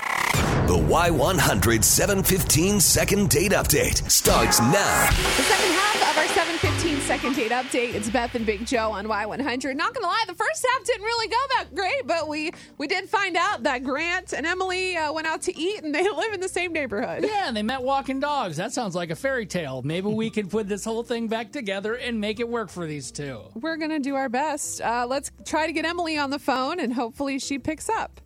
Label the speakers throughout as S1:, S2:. S1: The Y100 715 second date update starts now.
S2: The second half of our 715 second date update. It's Beth and Big Joe on Y100. Not gonna lie, the first half didn't really go that great, but we we did find out that Grant and Emily uh, went out to eat, and they live in the same neighborhood.
S3: Yeah, and they met walking dogs. That sounds like a fairy tale. Maybe we could put this whole thing back together and make it work for these two.
S2: We're gonna do our best. Uh, let's try to get Emily on the phone, and hopefully she picks up.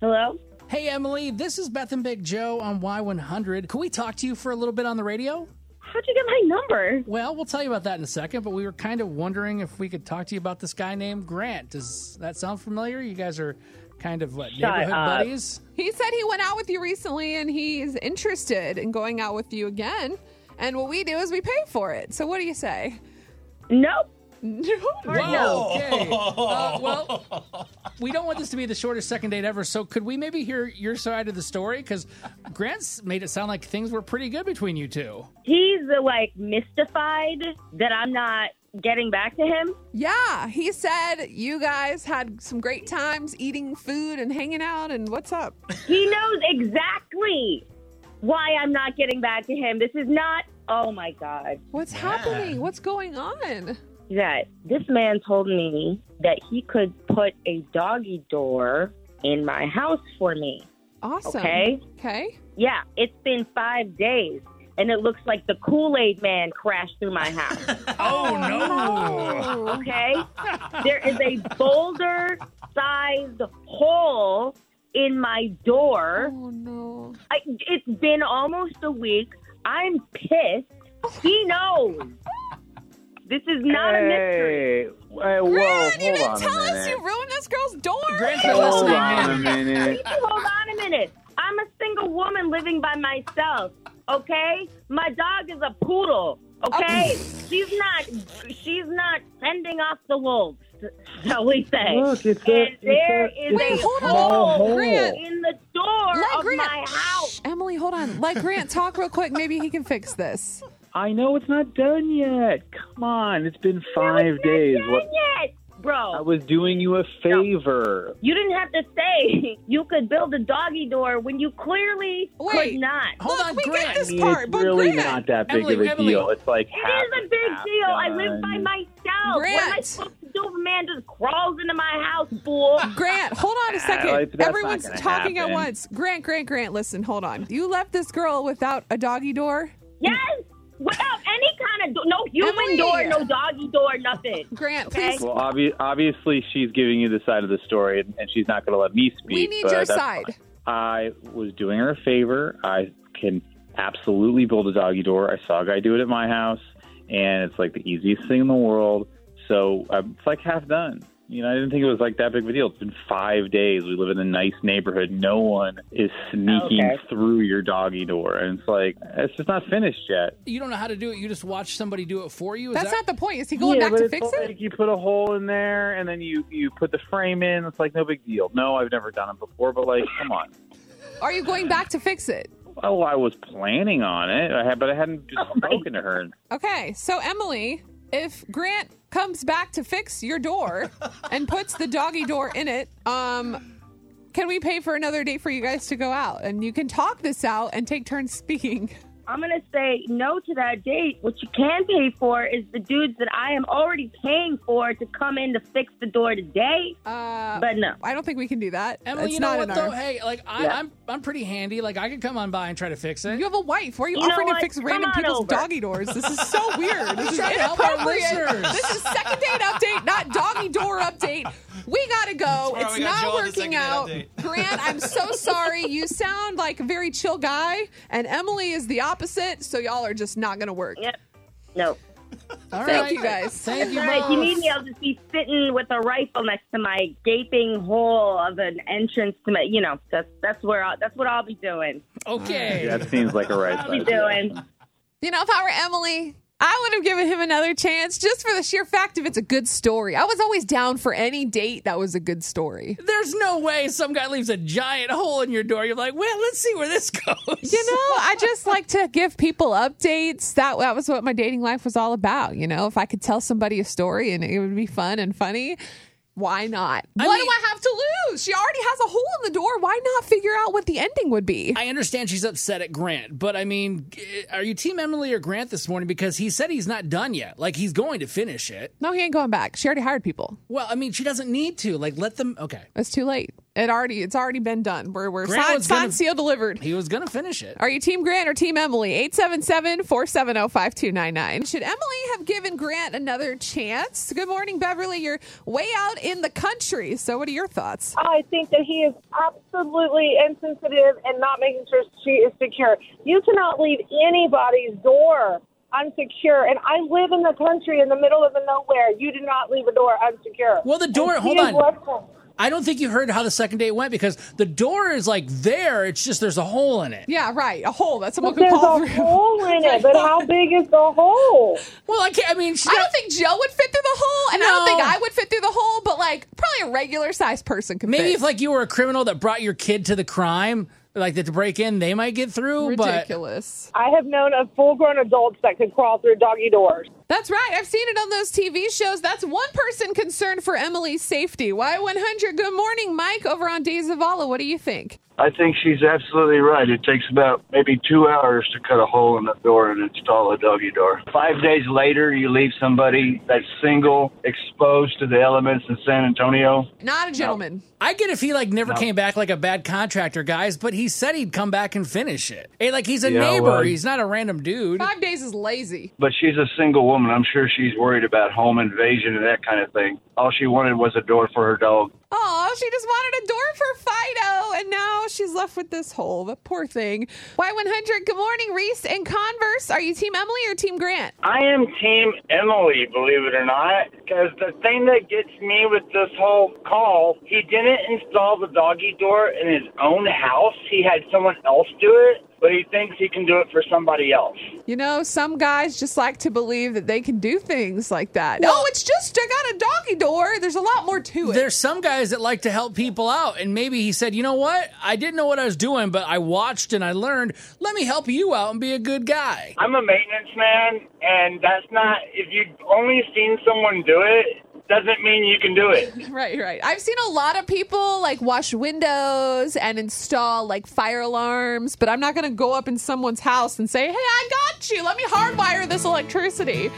S4: Hello?
S3: Hey, Emily, this is Beth and Big Joe on Y100. Can we talk to you for a little bit on the radio?
S4: How'd you get my number?
S3: Well, we'll tell you about that in a second, but we were kind of wondering if we could talk to you about this guy named Grant. Does that sound familiar? You guys are kind of what, neighborhood
S4: up.
S3: buddies?
S2: He said he went out with you recently, and he's interested in going out with you again. And what we do is we pay for it. So what do you say?
S4: Nope.
S3: Whoa, okay. Uh, well, we don't want this to be the shortest second date ever, so could we maybe hear your side of the story? Because Grant's made it sound like things were pretty good between you two.
S4: He's uh, like mystified that I'm not getting back to him.
S2: Yeah, he said you guys had some great times eating food and hanging out and what's up?
S4: He knows exactly why I'm not getting back to him. This is not, oh my God,
S2: What's happening? What's going on?
S4: that this man told me that he could put a doggy door in my house for me.
S2: Awesome.
S4: Okay.
S2: Okay.
S4: Yeah, it's been five days. And it looks like the Kool Aid Man crashed through my house.
S3: Oh,
S4: okay? there is a boulder sized hole in my door.
S2: Oh no.
S4: I, it's been almost a week. I'm pissed. He knows. This is not a mystery.
S5: Hey, hey, whoa,
S2: Grant, you
S5: hold
S2: didn't
S5: on
S2: tell
S5: a
S2: us
S5: minute.
S2: you ruined this girl's door.
S3: Grant's
S2: Ew.
S3: not
S5: hold
S3: listening
S5: on a
S3: in.
S5: minute.
S4: Hold on a minute. I'm a single woman living by myself, okay? My dog is a poodle, okay? she's not she's not sending off the wolves, shall we say.
S5: Look, it's a,
S4: and
S5: it's
S4: there
S5: a,
S4: is
S5: it's
S2: Wait,
S4: a
S2: hold on,
S5: small
S4: hole
S5: hole.
S2: Grant.
S4: in the door
S2: Let
S4: of
S2: Grant-
S4: my house.
S2: Emily, hold on. Let Grant talk real quick. Maybe he can fix this.
S5: I know it's not done yet. Come on, it's been five
S4: It's not
S5: days.
S4: done
S5: What-
S4: yet, bro.
S5: I was doing you a favor.
S4: you didn't have to say you could build a doggy door when you clearly
S2: Wait.
S4: could not.
S3: Hold
S2: Look,
S3: on,
S2: we get
S3: Grant.
S2: this-
S5: I mean,
S2: Part,
S5: it's
S2: but
S5: really
S2: Grant-
S5: not that big
S3: Emily,
S5: of a
S3: Emily.
S5: deal. It's like
S4: It is a big deal. I live by myself. What am I
S2: Grant.
S4: supposed to do if a man just crawls into my house, fool?
S2: Grant, hold on a second.
S5: like, that's not
S2: Everyone's
S5: gonna
S2: talking at
S5: happen.
S2: once. Grant, Grant, Grant, listen, hold on. You left this girl without a doggy door?
S4: yes. Without any kind of do- no human
S2: Emily.
S4: door, no doggy door, nothing.
S2: Grant,
S4: Okay.
S2: please
S5: Well, obvi- obviously, she's giving you the side of the story, and and she's not going to let me speak.
S2: We need
S5: but
S2: your
S5: that's
S2: side.
S5: fine. I was doing her a favor. I can absolutely build a doggy door. I saw a guy do it at my house, and it's like the easiest thing in the world. So um, it's like half done. You know, I didn't think it was like that big of a deal. It's been five days. We live in a nice neighborhood. No one is sneaking
S4: Okay.
S5: through your doggy door, and it's like it's just not finished yet.
S3: You don't know how to do it. You just watch somebody do it for you. Is
S2: That's
S3: that-
S2: not the point. Is he going
S5: yeah,
S2: back
S5: but
S2: to
S5: it's
S2: fix
S5: like
S2: it?
S5: You put a hole in there, and then you you put the frame in. It's like no big deal. No, I've never done it before, but like, come on.
S2: Are you going back to fix it?
S5: Oh, I was planning on it, I had, but I hadn't just spoken to her.
S2: Okay, so Emily, if Grant comes back to fix your door and puts the doggy door in it, um, can we pay for another date for you guys to go out? And you can talk this out and take turns speaking.
S4: I'm gonna say no to that date. What you can pay for is the dudes that I am already paying for to come in to fix the door today.
S2: Uh,
S4: But no.
S2: I don't think we can do that.
S3: Emily,
S2: That's
S3: you know
S2: not
S3: what
S2: in
S3: though?
S2: our.
S3: Hey, like I,
S4: Yeah.
S3: I'm, I'm pretty handy. Like I could come on by and try to fix it.
S2: You have a wife. Why are you,
S4: You know
S2: offering to
S4: what?
S2: fix
S4: Come
S2: random
S4: on
S2: people's
S4: over.
S2: doggy doors? This is so weird. This is
S3: trying to help our
S2: inappropriate.
S3: listeners.
S2: This is second date update, not doggy door update. We gotta go.
S6: That's right,
S2: it's
S6: we got Joe
S2: not
S6: on the
S2: working
S6: second date
S2: out.
S6: update.
S2: Grant, I'm so sorry. You sound like a very chill guy, and Emily is the opposite. So y'all are just not gonna work.
S4: Yep. No.
S3: All
S2: Thank
S3: right.
S2: you guys.
S3: Thank you.
S4: All right, if you
S3: both.
S4: need me, I'll just be sitting with a rifle next to my gaping hole of an entrance to my, you know, that's that's where I'll, that's what I'll be doing.
S3: Okay.
S5: That seems like a right
S4: I'll be
S5: size.
S4: doing.
S2: You know, if I were Emily, I would have given him another chance just for the sheer fact of it's a good story. I was always down for any date that was a good story.
S3: There's no way some guy leaves a giant hole in your door. You're like, well, let's see where this goes.
S2: You know, I just like to give people updates. That that was what my dating life was all about. You know, if I could tell somebody a story and it would be fun and funny, why not?
S3: I
S2: what
S3: mean-
S2: do I have to lose? She already has a hole in the door. Why not figure out what the ending would be?
S3: I understand she's upset at Grant, but I mean, g- are you Team Emily or Grant this morning? Because he said he's not done yet. Like, he's going to finish it.
S2: no, he ain't going back. She already hired people.
S3: Well, I mean, she doesn't need to. Like, let them. Okay.
S2: It's too late. It already it's already been done. We're we're
S3: Grant
S2: signed,
S3: was gonna-
S2: signed, sealed, delivered.
S3: He was going to finish it.
S2: Are you Team Grant or Team Emily? 877 470 5299. Should Emily have given Grant another chance? Good morning, Beverly. You're way out in the country. So, what are your thoughts?
S6: I think that he is absolutely insensitive and not making sure she is secure. You cannot leave anybody's door unsecure. And I live in the country in the middle of the nowhere. You do not leave a door unsecure.
S3: Well, the door-
S6: And
S3: hold
S6: he
S3: on.
S6: is left-
S3: I don't think you heard how the second date went because the door is like there. It's just there's a hole in it.
S2: Yeah, right. A hole that someone
S6: But
S2: could
S6: there's
S2: call
S6: a
S2: through.
S6: hole in it. But how big is the hole?
S3: Well, I can't. I mean, she
S2: I don't think Joe would fit through the hole, and I
S3: No.
S2: don't think I would fit through the hole, but like probably a regular sized person could
S3: maybe
S2: fit.
S3: if like you were a criminal that brought your kid to the crime, like that to break in, they might get through.
S2: Ridiculous.
S6: I have known of full grown adults that could crawl through doggy doors.
S2: That's right. I've seen it on those TV shows. That's one person concerned for Emily's safety. Y100, good morning, Mike, over on Days of Allah. What do you think?
S7: I think she's absolutely right. It takes about maybe two hours to cut a hole in the door and install a doggy door. Five days later, you leave somebody that's single, exposed to the elements in San Antonio.
S2: Not a gentleman.
S3: But I get if he like never came back like a bad contractor, guys. But he said he'd come back and finish it. Hey, like he's a
S7: Yeah,
S3: neighbor.
S7: well-
S3: he's not a random dude.
S2: Five days is lazy.
S7: But she's a single woman. I'm sure she's worried about home invasion and that kind of thing. All she wanted was a door for her dog.
S2: Oh, she just wanted a door for Fido, and now she's left with this hole. The poor thing. Y100, good morning, Reese and Converse. Are you Team Emily or Team Grant?
S7: I am Team Emily, believe it or not, because the thing that gets me with this whole call, he didn't install the doggy door in his own house. He had someone else do it, but he thinks he can do it for somebody else.
S2: You know, some guys just like to believe that they can do things like that. oh, it's just, I got a doggy door. There's a lot more to it.
S3: There's some guys that like to help people out, and maybe he said, "You know what? I didn't know what I was doing, but I watched and I learned. Let me help you out and be a good guy."
S7: I'm a maintenance man, and that's not, if you've only seen someone do it, doesn't mean you can do it.
S2: Right, right. I've seen a lot of people like wash windows and install like fire alarms, but I'm not going to go up in someone's house and say, hey, I got you. Let me hardwire this electricity.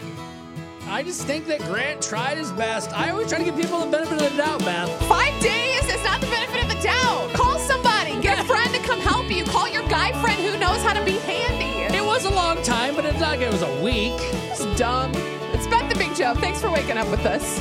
S3: I just think that Grant tried his best. I always try to give people the benefit of the doubt, Beth.
S2: Five days is not the benefit of the doubt. Call somebody, get a friend to come help you. Call your guy friend who knows how to be handy.
S3: It was a long time, but it's not like it was a week.
S2: It's dumb. It's Beth the Big Joe. Thanks for waking up with us.